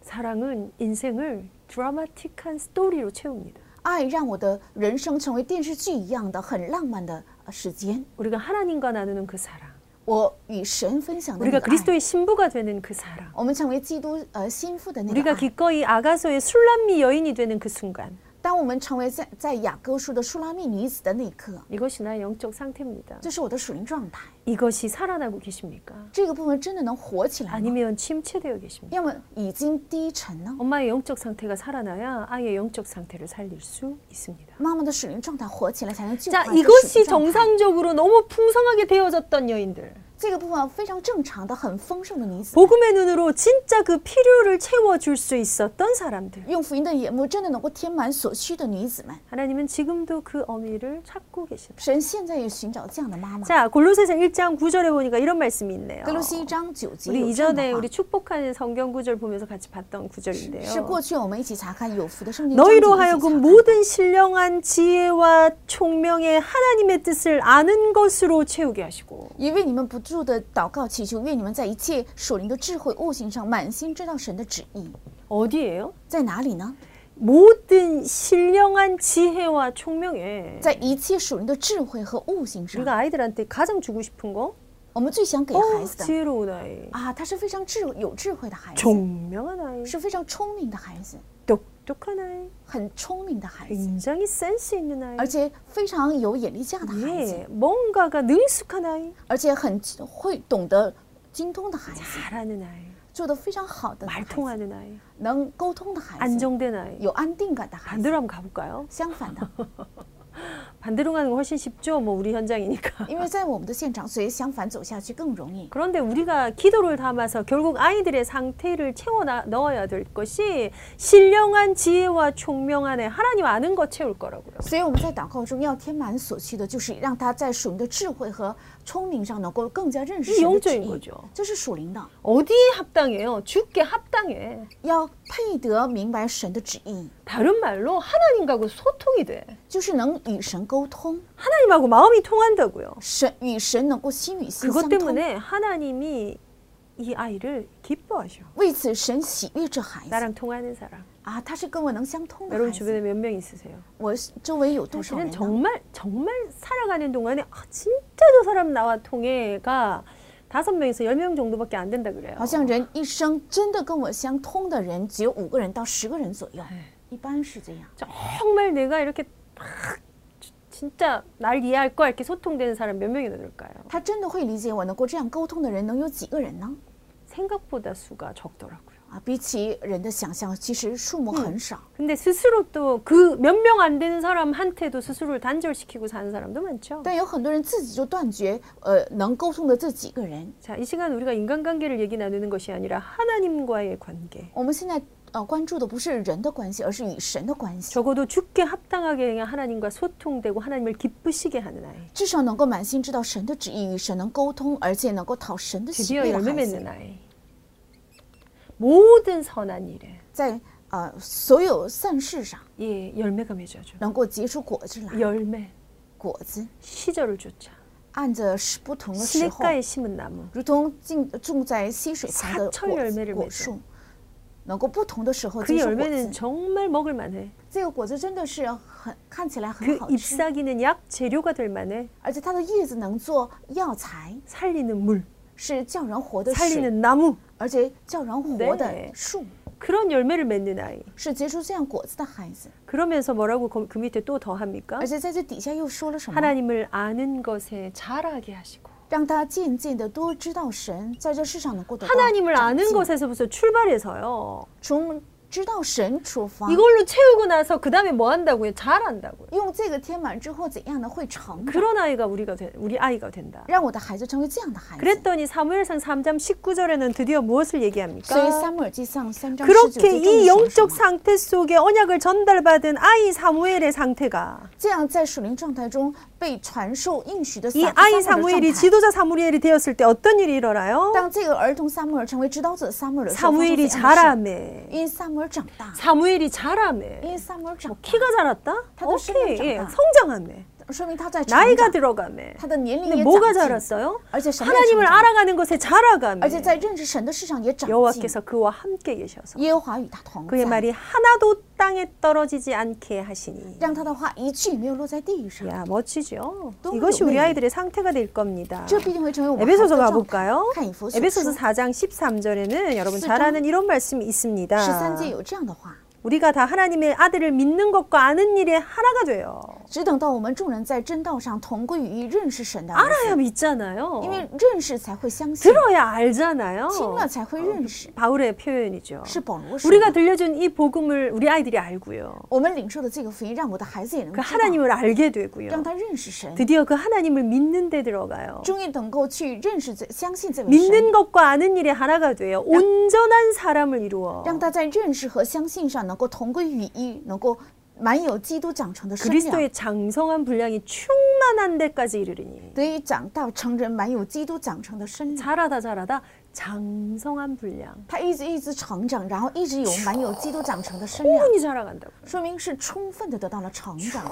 [SPEAKER 1] 사랑은 인생을 드라마틱한 스토리로 채웁니다.
[SPEAKER 2] 爱让我的人生成为电视剧一样的很浪漫的呃时间。
[SPEAKER 1] 우리가 하나님과 나누는 그 사랑,
[SPEAKER 2] 我与神分享的那
[SPEAKER 1] 우리가
[SPEAKER 2] 个爱，
[SPEAKER 1] 그리스도의 신부가 되는 그 사랑,
[SPEAKER 2] 我们成为基督呃心腹的那个
[SPEAKER 1] 우리가
[SPEAKER 2] 爱。
[SPEAKER 1] 기꺼이 아가서의 술람미 여인이 되는 그 순간,
[SPEAKER 2] 当我们成为在在雅各书的舒拉密女子的那一刻，
[SPEAKER 1] 이것이 나의 영적 상태입니다.
[SPEAKER 2] 这是我的属灵状态。
[SPEAKER 1] 이것이 살아나고 계십니까?
[SPEAKER 2] 这个部分真的能火起来吗？
[SPEAKER 1] 아니면 침체되어 계십니까?
[SPEAKER 2] 要么已经低沉呢？
[SPEAKER 1] 엄마의 영적 상태가 살아나야 아이의 영적 상태를 살릴 수 있습니다.
[SPEAKER 2] 妈妈的属灵状态火起来，才能救
[SPEAKER 1] 자
[SPEAKER 2] 化这个属灵
[SPEAKER 1] 이것이
[SPEAKER 2] 状态
[SPEAKER 1] 정상적으로 너무 풍성하게 되어졌던 여인들
[SPEAKER 2] 这个部分非常正常的、很丰盛的女子，
[SPEAKER 1] 복음의 눈으로 진짜 그 필요를 채워줄 수 있었던 사람들.
[SPEAKER 2] 用福音的眼目真的能够填满所需的女子们。
[SPEAKER 1] 하나님은 지금도 그 어미를 찾고 계시다.
[SPEAKER 2] 神现在也寻找这样的妈妈。
[SPEAKER 1] 자, 골로새서 1장 9절에 보니까 이런 말씀이 있네요.
[SPEAKER 2] 格罗西一章九节
[SPEAKER 1] 우리
[SPEAKER 2] 有这样的
[SPEAKER 1] 이전에
[SPEAKER 2] 话
[SPEAKER 1] 우리 축복하는 성경 구절 보면서 같이 봤던
[SPEAKER 2] 是
[SPEAKER 1] 구절인데요.
[SPEAKER 2] 过去我们一起查看有福的圣经章节一起
[SPEAKER 1] 너희로
[SPEAKER 2] 查看
[SPEAKER 1] 하여금 모든 신령한 지혜와 총명의 하나님의 뜻을 아는 것으로 채우게 하시고
[SPEAKER 2] 也为你们不住的祷告祈求，愿你们在一切属灵的智慧悟性上满心知道神的旨意，
[SPEAKER 1] 어디에요?
[SPEAKER 2] 在哪里呢？
[SPEAKER 1] 모든 신령한 지혜와 총명에
[SPEAKER 2] 在一切属灵的智慧和悟性上，
[SPEAKER 1] 우리가 아이들한테 가장 주고 싶은 거
[SPEAKER 2] 我们最想给
[SPEAKER 1] 어,
[SPEAKER 2] 孩子的
[SPEAKER 1] 지혜로운 아이
[SPEAKER 2] 啊，他是非常智有智慧的孩子，
[SPEAKER 1] 총명한 아이
[SPEAKER 2] 是非常聪明的孩子，
[SPEAKER 1] 똑똑한 아이
[SPEAKER 2] 很聪明的孩子，
[SPEAKER 1] 굉장히 센스 있는 아이
[SPEAKER 2] 而且非常有眼力架的孩子，
[SPEAKER 1] 예, 뭔가가 능숙한 아이
[SPEAKER 2] 而且很会懂得精通的孩子，
[SPEAKER 1] 잘하는 아이
[SPEAKER 2] 做得非常好的孩
[SPEAKER 1] 말
[SPEAKER 2] 子，
[SPEAKER 1] 통하는 아이
[SPEAKER 2] 能沟通的孩子，
[SPEAKER 1] 안정된 아이
[SPEAKER 2] 有安定感的孩子。
[SPEAKER 1] 반대로 한번 가볼까요?
[SPEAKER 2] 相反的，
[SPEAKER 1] 반대로 가는 거 훨씬 쉽죠 뭐 우리 현장이니까
[SPEAKER 2] 因为在我们的现场，所以相反走下去更容易。
[SPEAKER 1] 그런데 우리가 기도를 담아서 결국 아이들의 상태를 채워 나- 넣어야 될 것이 신령한 지혜와 총명 안에 하나님 아는 것 채울 거라고요.
[SPEAKER 2] 所以我们在祷告中要填满所需的，就是让他在属灵的智慧和聪明上能够更加认识
[SPEAKER 1] 이
[SPEAKER 2] 神
[SPEAKER 1] 영
[SPEAKER 2] 的
[SPEAKER 1] 적
[SPEAKER 2] 旨
[SPEAKER 1] 인거
[SPEAKER 2] 意
[SPEAKER 1] 죠 ，
[SPEAKER 2] 这是属灵的，
[SPEAKER 1] 어디에 합당해요? 주께 합당해.
[SPEAKER 2] 要配得明白神的旨意，
[SPEAKER 1] 다른 말로 하나님과고 소통이 돼.
[SPEAKER 2] 就是能与神沟通，
[SPEAKER 1] 하나님하고 마음이 통한다고요.
[SPEAKER 2] 神与神能够心与心
[SPEAKER 1] 그것
[SPEAKER 2] 相通。
[SPEAKER 1] 때문에 하나님이 이 아이를 기뻐하셔.
[SPEAKER 2] 为此，神喜悦这孩子
[SPEAKER 1] 나랑 통하는 사람.
[SPEAKER 2] 啊，他是跟我能相通的
[SPEAKER 1] 여러분
[SPEAKER 2] 孩子。
[SPEAKER 1] 주변에 몇 명 있으세요?
[SPEAKER 2] 我周围有多少人
[SPEAKER 1] 사실은
[SPEAKER 2] 呢？
[SPEAKER 1] 정말 정말 살아가는 동안에 아, 진짜 저 사람 나와 통해가 다섯 명에서 열 명 정도밖에 안 된다 그래요.
[SPEAKER 2] 好像人一生真的跟我相通的人只有五个人到十个人左右，一般是这样。
[SPEAKER 1] 정말 내가 이렇게 막 지- 진짜 날 이해할 거야 이렇게 소통되는 사람 몇 명이나 될까요?
[SPEAKER 2] 他真的会理解我能够这样沟通的人能有几个人呢？
[SPEAKER 1] 생각보다 수가 적더라고요.
[SPEAKER 2] 啊，比起人的想象，其实数目很少。
[SPEAKER 1] 근데 스스로 또 그 몇 명 안 되는 사람한테도 스스로를 단절시키고 사는 사람도 많죠.
[SPEAKER 2] 但有很多人自己就断绝，呃，能沟通的这几个人。
[SPEAKER 1] 자, 이 시간 우리가 인간관계를 얘기 나누는 것이 아니라 하나님과의 관계.
[SPEAKER 2] 我们现在呃关注的不是人的关系，而是与神的关系。
[SPEAKER 1] 적어도 죽게 합당하게 그냥 하나님과 소통되고 하나님을 기쁘시게 하는 아이.
[SPEAKER 2] 至少能够满心知道神的旨意，与神能沟通，而且能够讨神的喜
[SPEAKER 1] 드디어
[SPEAKER 2] 悦的
[SPEAKER 1] 열매
[SPEAKER 2] 孩子，
[SPEAKER 1] 맺는 아이. 모든 선한 일에
[SPEAKER 2] 在呃所有善事上
[SPEAKER 1] 예, 열매가 맺어져.
[SPEAKER 2] 能够结出果子
[SPEAKER 1] 嗯
[SPEAKER 2] 来。
[SPEAKER 1] 열매,
[SPEAKER 2] 果子
[SPEAKER 1] 시절을 쫓아. 뭐
[SPEAKER 2] 按着时不同的时候，
[SPEAKER 1] 시냇가에 심은 나무.
[SPEAKER 2] 如同种种在溪水旁
[SPEAKER 1] 사
[SPEAKER 2] 的
[SPEAKER 1] 철
[SPEAKER 2] 果
[SPEAKER 1] 열매를
[SPEAKER 2] 子
[SPEAKER 1] 맺어
[SPEAKER 2] 果树，能够不同的时候
[SPEAKER 1] 그
[SPEAKER 2] 结出果
[SPEAKER 1] 열매는
[SPEAKER 2] 子。
[SPEAKER 1] 정말 먹을 만해.
[SPEAKER 2] 这个果子真的是很看起来
[SPEAKER 1] 그
[SPEAKER 2] 很好吃，
[SPEAKER 1] 잎사귀는 약 재료가 될 만해.
[SPEAKER 2] 而且它的叶子能做药材，
[SPEAKER 1] 살리는 물,
[SPEAKER 2] 是叫人活的水，
[SPEAKER 1] 살리는 나무.
[SPEAKER 2] 而且叫人活
[SPEAKER 1] 네
[SPEAKER 2] 的树，
[SPEAKER 1] 그런 열매를 맺는 아이.
[SPEAKER 2] 是结出这样果子的孩子。
[SPEAKER 1] 그러면서 뭐라고 그, 그 밑에 또 더 합니까? 음.
[SPEAKER 2] 而且在这底下又说了什么？
[SPEAKER 1] 하나님을 아는 것에 자라게 하시고
[SPEAKER 2] 让他渐渐的多知道神，在这世上能够得到
[SPEAKER 1] 하나님을
[SPEAKER 2] 长
[SPEAKER 1] 아는
[SPEAKER 2] 进
[SPEAKER 1] 것에서부터 출발해서요.
[SPEAKER 2] 从知道神出发，
[SPEAKER 1] 이걸로 채우고 나서 그 다음에 뭐 한다고요? 잘한다고요.
[SPEAKER 2] 用这个填满之后怎样呢？会成长，
[SPEAKER 1] 그런 아이가 우리가 되, 우리 아이가 된다.
[SPEAKER 2] 让我的孩子成为这样的孩子。
[SPEAKER 1] 그랬더니 사무엘상 3장 19절에는 드디어 무엇을
[SPEAKER 2] 所以《
[SPEAKER 1] 얘기합니까?
[SPEAKER 2] 撒母耳记上》三章十九节
[SPEAKER 1] 그렇게
[SPEAKER 2] 这
[SPEAKER 1] 이
[SPEAKER 2] 么说什
[SPEAKER 1] 영적
[SPEAKER 2] 么
[SPEAKER 1] 상태 속에 언약을 전달받은 아이 사무엘의 상태가
[SPEAKER 2] 这样在属灵状态中被传授应许的撒
[SPEAKER 1] 이
[SPEAKER 2] 撒母
[SPEAKER 1] 아이
[SPEAKER 2] 耳
[SPEAKER 1] 사무엘이
[SPEAKER 2] 的状态。
[SPEAKER 1] 지도자 사무엘이 되었을 때 어떤 일이 일어나요?
[SPEAKER 2] 当这个儿童撒母耳成为指导者的撒母耳的时候，
[SPEAKER 1] 사무엘이
[SPEAKER 2] 发生怎样的事
[SPEAKER 1] 자라매.
[SPEAKER 2] 因撒母耳长大，
[SPEAKER 1] 사무엘이 자라매.
[SPEAKER 2] 因撒母耳长
[SPEAKER 1] 키가 자랐다?
[SPEAKER 2] 다들
[SPEAKER 1] 오케이. 예,
[SPEAKER 2] 성장한다.
[SPEAKER 1] 성장하매.
[SPEAKER 2] 大，说明他在成
[SPEAKER 1] 나이가
[SPEAKER 2] 长，
[SPEAKER 1] 들어가매.
[SPEAKER 2] 他的年龄
[SPEAKER 1] 근데
[SPEAKER 2] 也
[SPEAKER 1] 뭐가
[SPEAKER 2] 长进，
[SPEAKER 1] 자랐어요?
[SPEAKER 2] 而且什么也
[SPEAKER 1] 하나님을
[SPEAKER 2] 成长
[SPEAKER 1] 알아가는 것에 자라가매.
[SPEAKER 2] 而且在认识神的事上也长进。
[SPEAKER 1] 여호와께서 그와 함께 계셔서
[SPEAKER 2] 耶和华与他同
[SPEAKER 1] 그의
[SPEAKER 2] 在，
[SPEAKER 1] 말이 하나도 땅에 떨어지지 않게 하시니.
[SPEAKER 2] 让他的话一句没有落在地上，
[SPEAKER 1] 야 멋지죠.
[SPEAKER 2] 너무
[SPEAKER 1] 이것이 우리
[SPEAKER 2] 좋네요.
[SPEAKER 1] 아이들의 상태가 될 겁니다.
[SPEAKER 2] 这必定会成为我们孩子的
[SPEAKER 1] 에베소서
[SPEAKER 2] 状态。
[SPEAKER 1] 뭐 가볼까요?
[SPEAKER 2] 看以弗所书
[SPEAKER 1] 에베소서 4장 13절에는 여러분
[SPEAKER 2] 쓰죠.
[SPEAKER 1] 잘 아는 이런 말씀이
[SPEAKER 2] 十三节
[SPEAKER 1] 있습니다.
[SPEAKER 2] 有这样的话：
[SPEAKER 1] 우리가 다 하나님의 아들을 믿는 것과 아는 일에 하나가 돼요.
[SPEAKER 2] 只等到我们众人在真道上同归于一，认识神的儿子，
[SPEAKER 1] 알아야 믿잖아요.
[SPEAKER 2] 因为认识才会相信，
[SPEAKER 1] 들어야 알잖아요.
[SPEAKER 2] 听了才会认识，
[SPEAKER 1] 바울의 표현이죠.
[SPEAKER 2] 是保罗说的。
[SPEAKER 1] 우리가 들려준 이 복음을 우리 아이들이 알고요.
[SPEAKER 2] 我们领受的这个福音，让我的孩子也能
[SPEAKER 1] 그
[SPEAKER 2] 知道，
[SPEAKER 1] 하나님을 알게 되고요.
[SPEAKER 2] 让他认识神，
[SPEAKER 1] 드디어 그 하나님을 믿는 데 들어가요.
[SPEAKER 2] 终于能够去认识这、相信这位神，
[SPEAKER 1] 믿는 것과 아는 일이 하나가 돼요. 온전한 사람을 이루어.
[SPEAKER 2] 让他在认识和相信上能够同归于一，能够满有基督长成的啊身量，
[SPEAKER 1] 그리스도의 장성한 분량이 충만한 데까지 이르리니
[SPEAKER 2] 得以长到成人，满有基督长成的身量。
[SPEAKER 1] 자라다 자라다 장성한 분량
[SPEAKER 2] 他一直一直成长，然后一直有满有基督长成的身量，
[SPEAKER 1] 충분히 자라간다고
[SPEAKER 2] 说明是充分的得到了成长，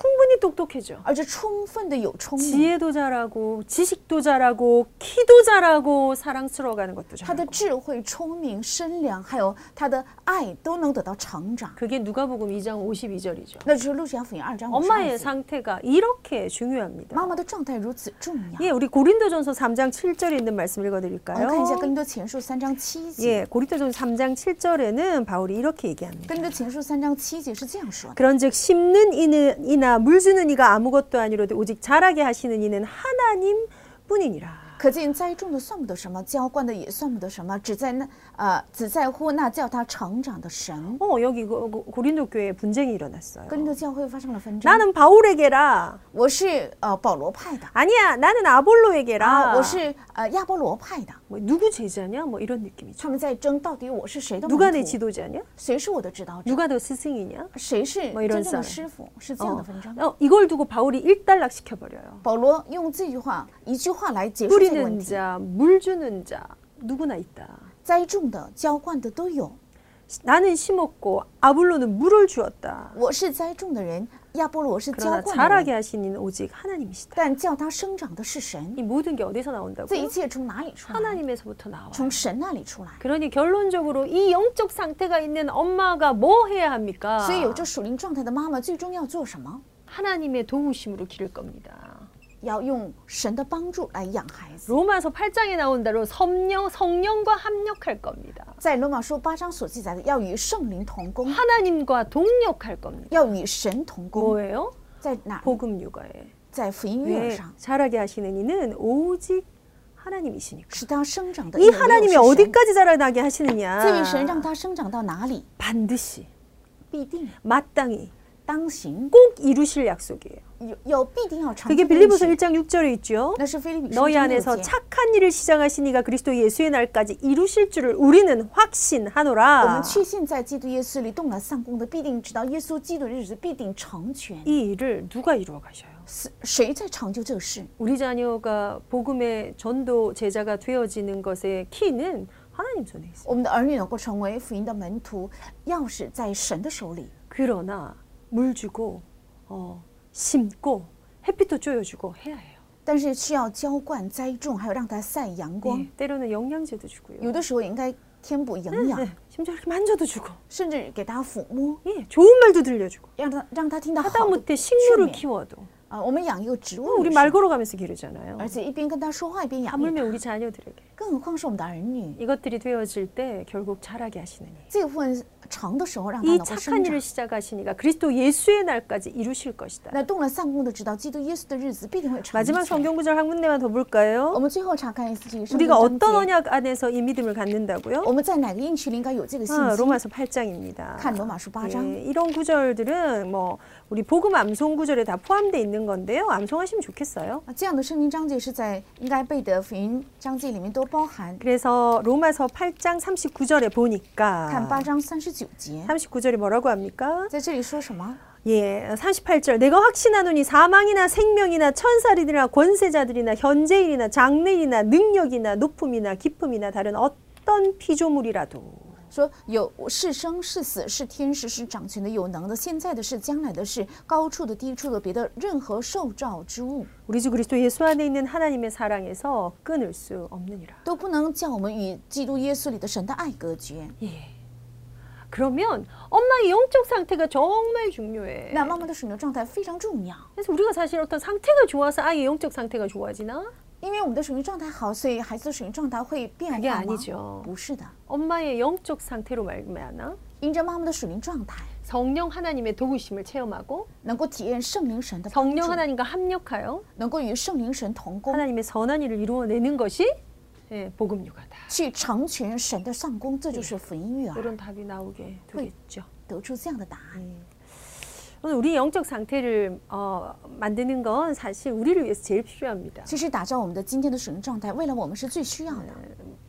[SPEAKER 1] 충분히 똑똑해져
[SPEAKER 2] 而且充分的有聪明，
[SPEAKER 1] 지혜도 자라고 지식도 자라고 키도 자라고 사랑스러워가는 것도
[SPEAKER 2] 他
[SPEAKER 1] 자라고
[SPEAKER 2] 的智慧、聪明、身量，还有他的爱都能得到成长。
[SPEAKER 1] 그게 누가복음 2장 52절이죠
[SPEAKER 2] 那就是路加福音二章五十二
[SPEAKER 1] 엄마의
[SPEAKER 2] 节，
[SPEAKER 1] 상태가 이렇게 중요합니다
[SPEAKER 2] 妈妈的状态如此重要。
[SPEAKER 1] 예, 우리 고린도전서 3장 7절에 있는 말씀
[SPEAKER 2] 我们看一下
[SPEAKER 1] 읽어드릴까요?
[SPEAKER 2] 更多前书三章七节，
[SPEAKER 1] 예, 고린도전서 3장 7절에는 바울이 이렇게 얘기합니다
[SPEAKER 2] 更多前书三章七节是这样说的：
[SPEAKER 1] 그런즉 심는 이는 이나 물 주는 이가 아무것도 아니로도 오직 자라게 하시는 이는 하나님 뿐이니라.
[SPEAKER 2] 可见栽种的算不得什么，浇灌的也算不得什么，只在那呃只在乎那叫他成长的神。
[SPEAKER 1] 어, 여기 고- 고- 고린도 교회에 분쟁이 일어났어요.
[SPEAKER 2] 跟着教会发生了纷争。
[SPEAKER 1] 나는 바울에게라.
[SPEAKER 2] 我是呃保罗派的
[SPEAKER 1] 아니야, 나는 아볼로에게라.
[SPEAKER 2] 啊，我是呃亚波罗派的。
[SPEAKER 1] 뭐 누구 제자냐? 뭐 이런 느낌이죠.
[SPEAKER 2] 他们在争到底我是谁的门
[SPEAKER 1] 누가 내
[SPEAKER 2] 徒，
[SPEAKER 1] 지도자냐?
[SPEAKER 2] 谁是我的指导者，
[SPEAKER 1] 누가 더 스승이냐?
[SPEAKER 2] 谁是
[SPEAKER 1] 뭐 이런
[SPEAKER 2] 真正
[SPEAKER 1] 싸움
[SPEAKER 2] 的师傅，是这
[SPEAKER 1] 어,
[SPEAKER 2] 样的纷争。
[SPEAKER 1] 어, 이걸 두고 바울이 일단락 시켜버려요.
[SPEAKER 2] 保罗用这句话一句话来结束这个
[SPEAKER 1] 뿌리는
[SPEAKER 2] 问题：
[SPEAKER 1] 자, 물 주는 자 누구나 있다.
[SPEAKER 2] 栽种的、浇灌的都有。
[SPEAKER 1] 나는 심었고 아볼로는 물을 주었다.
[SPEAKER 2] 我是栽种的人，亚波罗是浇
[SPEAKER 1] 그러나
[SPEAKER 2] 灌的人，
[SPEAKER 1] 자라게 하신 이는 오직 하나님이시다.
[SPEAKER 2] 但叫他生长的是神。
[SPEAKER 1] 이 모든 게 어디서 나온다고?
[SPEAKER 2] 这一切从哪里出来？
[SPEAKER 1] 하나님에서부터 나와.
[SPEAKER 2] 从神那里出来。
[SPEAKER 1] 그러니 결론적으로 이 영적 상태가 있는 엄마가 뭐 해야 합니까?
[SPEAKER 2] 所以有这属灵状态的妈妈，最终要做什么？
[SPEAKER 1] 하나님의 도우심으로 기를 겁니다.
[SPEAKER 2] 要用神的帮助来养孩子。
[SPEAKER 1] 로마서 8장에 나온 대로 성령 성령과 합력할 겁니다.
[SPEAKER 2] 在罗马书八章所记载的，要与圣灵同工，
[SPEAKER 1] 하나님과 동력할 겁니다.
[SPEAKER 2] 要与神同工，
[SPEAKER 1] 뭐예요?
[SPEAKER 2] 在哪？
[SPEAKER 1] 복음 육아에.
[SPEAKER 2] 在福音育儿
[SPEAKER 1] 예,
[SPEAKER 2] 上，
[SPEAKER 1] 자라게 하시는 이는 오직 하나님이시니까.
[SPEAKER 2] 使他生长的
[SPEAKER 1] 이
[SPEAKER 2] 引诱是
[SPEAKER 1] 하나님이
[SPEAKER 2] 神。
[SPEAKER 1] 어디까지 자라나게
[SPEAKER 2] 这位神让
[SPEAKER 1] 하시느냐?
[SPEAKER 2] 他生长到哪里，
[SPEAKER 1] 반드시
[SPEAKER 2] 必定
[SPEAKER 1] 마땅히
[SPEAKER 2] 当行，
[SPEAKER 1] 꼭 이루실 약속이에요.
[SPEAKER 2] 有有必定要成就
[SPEAKER 1] 그게
[SPEAKER 2] 的应
[SPEAKER 1] 빌리보서
[SPEAKER 2] 许。
[SPEAKER 1] 1장 6절에 있죠.
[SPEAKER 2] 那是菲利比书
[SPEAKER 1] 너희
[SPEAKER 2] 章六
[SPEAKER 1] 안에서
[SPEAKER 2] 节。
[SPEAKER 1] 착한 일을 시작하시니가 그리스도 예수의 날까지 이루실 줄을 우리는
[SPEAKER 2] 我们
[SPEAKER 1] 확신하노라.
[SPEAKER 2] 确信，在基督耶稣里动了散功的，必定直到耶稣基督的日子必定成全。
[SPEAKER 1] 이 일을 누가 이루어 가셔요?
[SPEAKER 2] 是谁在成就这事？
[SPEAKER 1] 우리 자녀가 복음의 전도 제자가 되어지는 것의 키는 하나님 손에 있어요.
[SPEAKER 2] 我们的儿女能够成为福音的门徒，钥匙在神的手里。
[SPEAKER 1] 그러나 물 주고 어, 심고 햇빛도 쪼여주고 해야 해요.
[SPEAKER 2] 但是需要浇灌、栽种，还有让它晒阳光。
[SPEAKER 1] 예, 때로는 영양제도 주고요.
[SPEAKER 2] 有的时候也应该添补营养，
[SPEAKER 1] 예, 심지어 이렇게 만져도 주고,
[SPEAKER 2] 甚至给它抚摸，
[SPEAKER 1] 예, 좋은 말도 들려주고,
[SPEAKER 2] 让它让它听到好的
[SPEAKER 1] 하다못해 식물을
[SPEAKER 2] 劝勉
[SPEAKER 1] 키워도
[SPEAKER 2] 啊。我们养一个植物
[SPEAKER 1] 우리
[SPEAKER 2] 也是，
[SPEAKER 1] 말 걸어가면서 기르잖아요. 그러니까.
[SPEAKER 2] 而且一边跟它说话一边养育，
[SPEAKER 1] 하물며 우리 자녀들에게
[SPEAKER 2] 更何况是我们的儿女。
[SPEAKER 1] 이것들이 되어질 때 결국 자라게 하시느니
[SPEAKER 2] 这部分长的时候让它
[SPEAKER 1] 이
[SPEAKER 2] 能够生
[SPEAKER 1] 착한
[SPEAKER 2] 长
[SPEAKER 1] 일을 ， 시작하시니가 그리스도 예수의 날까지 이루실 것이다.
[SPEAKER 2] 那动了散功的，直到基督耶稣的日子必定会成
[SPEAKER 1] 마지막
[SPEAKER 2] 全。
[SPEAKER 1] 성경 구절 한 군데만 더
[SPEAKER 2] 我
[SPEAKER 1] 볼까요?
[SPEAKER 2] 们最后查看一次这个圣经
[SPEAKER 1] 우리가
[SPEAKER 2] 章
[SPEAKER 1] 어떤
[SPEAKER 2] 节，
[SPEAKER 1] 언약 안에서 이 믿음을 갖는다고요?
[SPEAKER 2] 我们在哪个嗯应许里应该有这个信
[SPEAKER 1] 아,
[SPEAKER 2] 心？
[SPEAKER 1] 로마서 8장입니다.
[SPEAKER 2] 看罗马书八章。
[SPEAKER 1] 예, 이런 구절들은 뭐 우리 복음 암송 구절에 다 포함되어 있는 건데요. 암송하시면 좋겠어요.
[SPEAKER 2] 啊，这样的圣经章节是在应该背的福音章节里面都包含。
[SPEAKER 1] 그래서 로마서 8장 39절에
[SPEAKER 2] 看
[SPEAKER 1] 보니까
[SPEAKER 2] 八章三十九节，
[SPEAKER 1] 39절이 뭐라고 합니까?
[SPEAKER 2] 在这里说什么？
[SPEAKER 1] 예, 38절. 내가 확신하노니 사망이나 생명이나 천사들이나 권세자들이나 현재일이나 장래일이나 능력이나 높음이나 깊음이나 다른 어떤 피조물이라도
[SPEAKER 2] 说有是生是死是天使是掌权的有能的现在的是将来的是高处的低处的别的任何受造之物
[SPEAKER 1] 우리 주 그리스도 예수 안에 있는 하나님의 사랑에서 끊을 수 없느니라.
[SPEAKER 2] 都不能叫我们与基督耶稣里的神的爱隔绝。
[SPEAKER 1] 예. 그러면 엄마의 영적 상태가 정말 중요해.
[SPEAKER 2] 那妈妈的属灵状态非常重要，
[SPEAKER 1] 그래서 우리가 사실 어떤 상태가 좋아서 아이의 영적 상태가 좋아지나?
[SPEAKER 2] 因为我们的属灵状态好，所以孩子的属灵状态会变
[SPEAKER 1] 그게
[SPEAKER 2] 化
[SPEAKER 1] 아니
[SPEAKER 2] 吗
[SPEAKER 1] 죠 ？
[SPEAKER 2] 不是的，
[SPEAKER 1] 엄마의 영적 상태로 말미암아
[SPEAKER 2] 因着妈妈的属灵状态，
[SPEAKER 1] 성령 하나님의 도우심을 체험하고
[SPEAKER 2] 能够体验圣灵神的帮
[SPEAKER 1] 성령
[SPEAKER 2] 助，
[SPEAKER 1] 하나님과 합력하여
[SPEAKER 2] 能够与圣灵神同工，
[SPEAKER 1] 그렇죠. 하나님의 선한 일을 이루어내는 것이 예, 복음 육아다.
[SPEAKER 2] 去成全神的上工，这就是福音育儿。
[SPEAKER 1] 이런 답이 나오게 되겠죠.
[SPEAKER 2] 得出这样的答案。
[SPEAKER 1] 오늘 우리 영적 상태를 어, 만드는 건 사실 우리를 위해서 제일 필요합니다.
[SPEAKER 2] 其实打造我们的今天的属灵状态，为了我们是最需要的。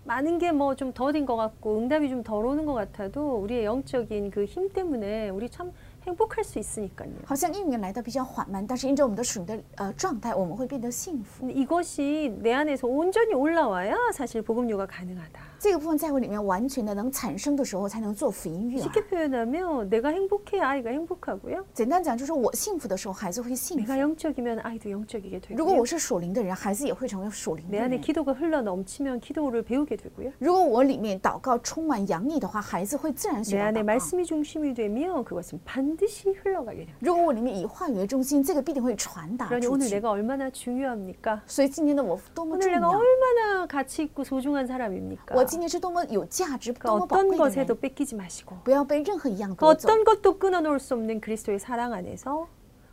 [SPEAKER 1] 많은 게 뭐 좀 더딘 것 같고 응답이 좀 덜 오는 것 같아도 우리의 영적인 그 힘 때문에 우리 참 행복할 수 있으니까요.
[SPEAKER 2] 好像应允来的比较缓慢，但是因着我们的属灵的呃状态，我们会变得幸福。
[SPEAKER 1] 근데 이것이 내 안에서 온전히 올라와야 사실 복음료가 가능하다.
[SPEAKER 2] 这个部分在我里面完全的能产生的时候，才能做福音育啊儿。
[SPEAKER 1] 쉽게 표현하면 내가 행복해 아이가 행복하고요.
[SPEAKER 2] 简单讲，就是我幸福的时候，孩子会幸福
[SPEAKER 1] 내가 ； 영적이면 아이도 영적이게
[SPEAKER 2] 如果我
[SPEAKER 1] 되고요.
[SPEAKER 2] 是属灵的人，孩子也会成为属灵的
[SPEAKER 1] 내 안에
[SPEAKER 2] 人。
[SPEAKER 1] 기도가 흘러 넘치면 기도를 배우게 되고요.
[SPEAKER 2] 如果我里面祷告充满洋溢的话，孩子会自然
[SPEAKER 1] 내
[SPEAKER 2] 学到
[SPEAKER 1] 안에
[SPEAKER 2] 祷告。
[SPEAKER 1] 말씀이 중심이 되면 그것은 반드시 흘러가게 됩니다.
[SPEAKER 2] 如果我里面以话语为中心，这个必定会传达
[SPEAKER 1] 그러니
[SPEAKER 2] 出
[SPEAKER 1] 오늘
[SPEAKER 2] 去。
[SPEAKER 1] 내가 얼마나 중요합니까?
[SPEAKER 2] 所以今天的我多么
[SPEAKER 1] 오늘
[SPEAKER 2] 重
[SPEAKER 1] 내가
[SPEAKER 2] 要，
[SPEAKER 1] 얼마나 가치 있고 소중한 사람입니까?
[SPEAKER 2] 我今天是多么有价值、
[SPEAKER 1] 그
[SPEAKER 2] 多么宝
[SPEAKER 1] 어떤
[SPEAKER 2] 贵的人
[SPEAKER 1] 것에도 。 뺏기지 마시고
[SPEAKER 2] 不要被任何一样
[SPEAKER 1] 그
[SPEAKER 2] 夺走。
[SPEAKER 1] 어떤 것도 끊어놓을 수 없는 그리스도의 사랑 안에서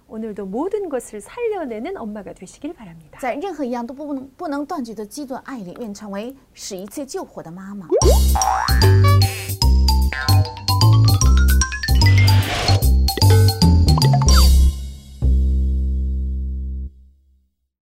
[SPEAKER 1] 오늘도 모든 것을 살려내는 엄마가 되시길 바랍니다.
[SPEAKER 2] 在任何一样都不能不能断绝的基督的爱里，愿成为使一切救活的妈妈。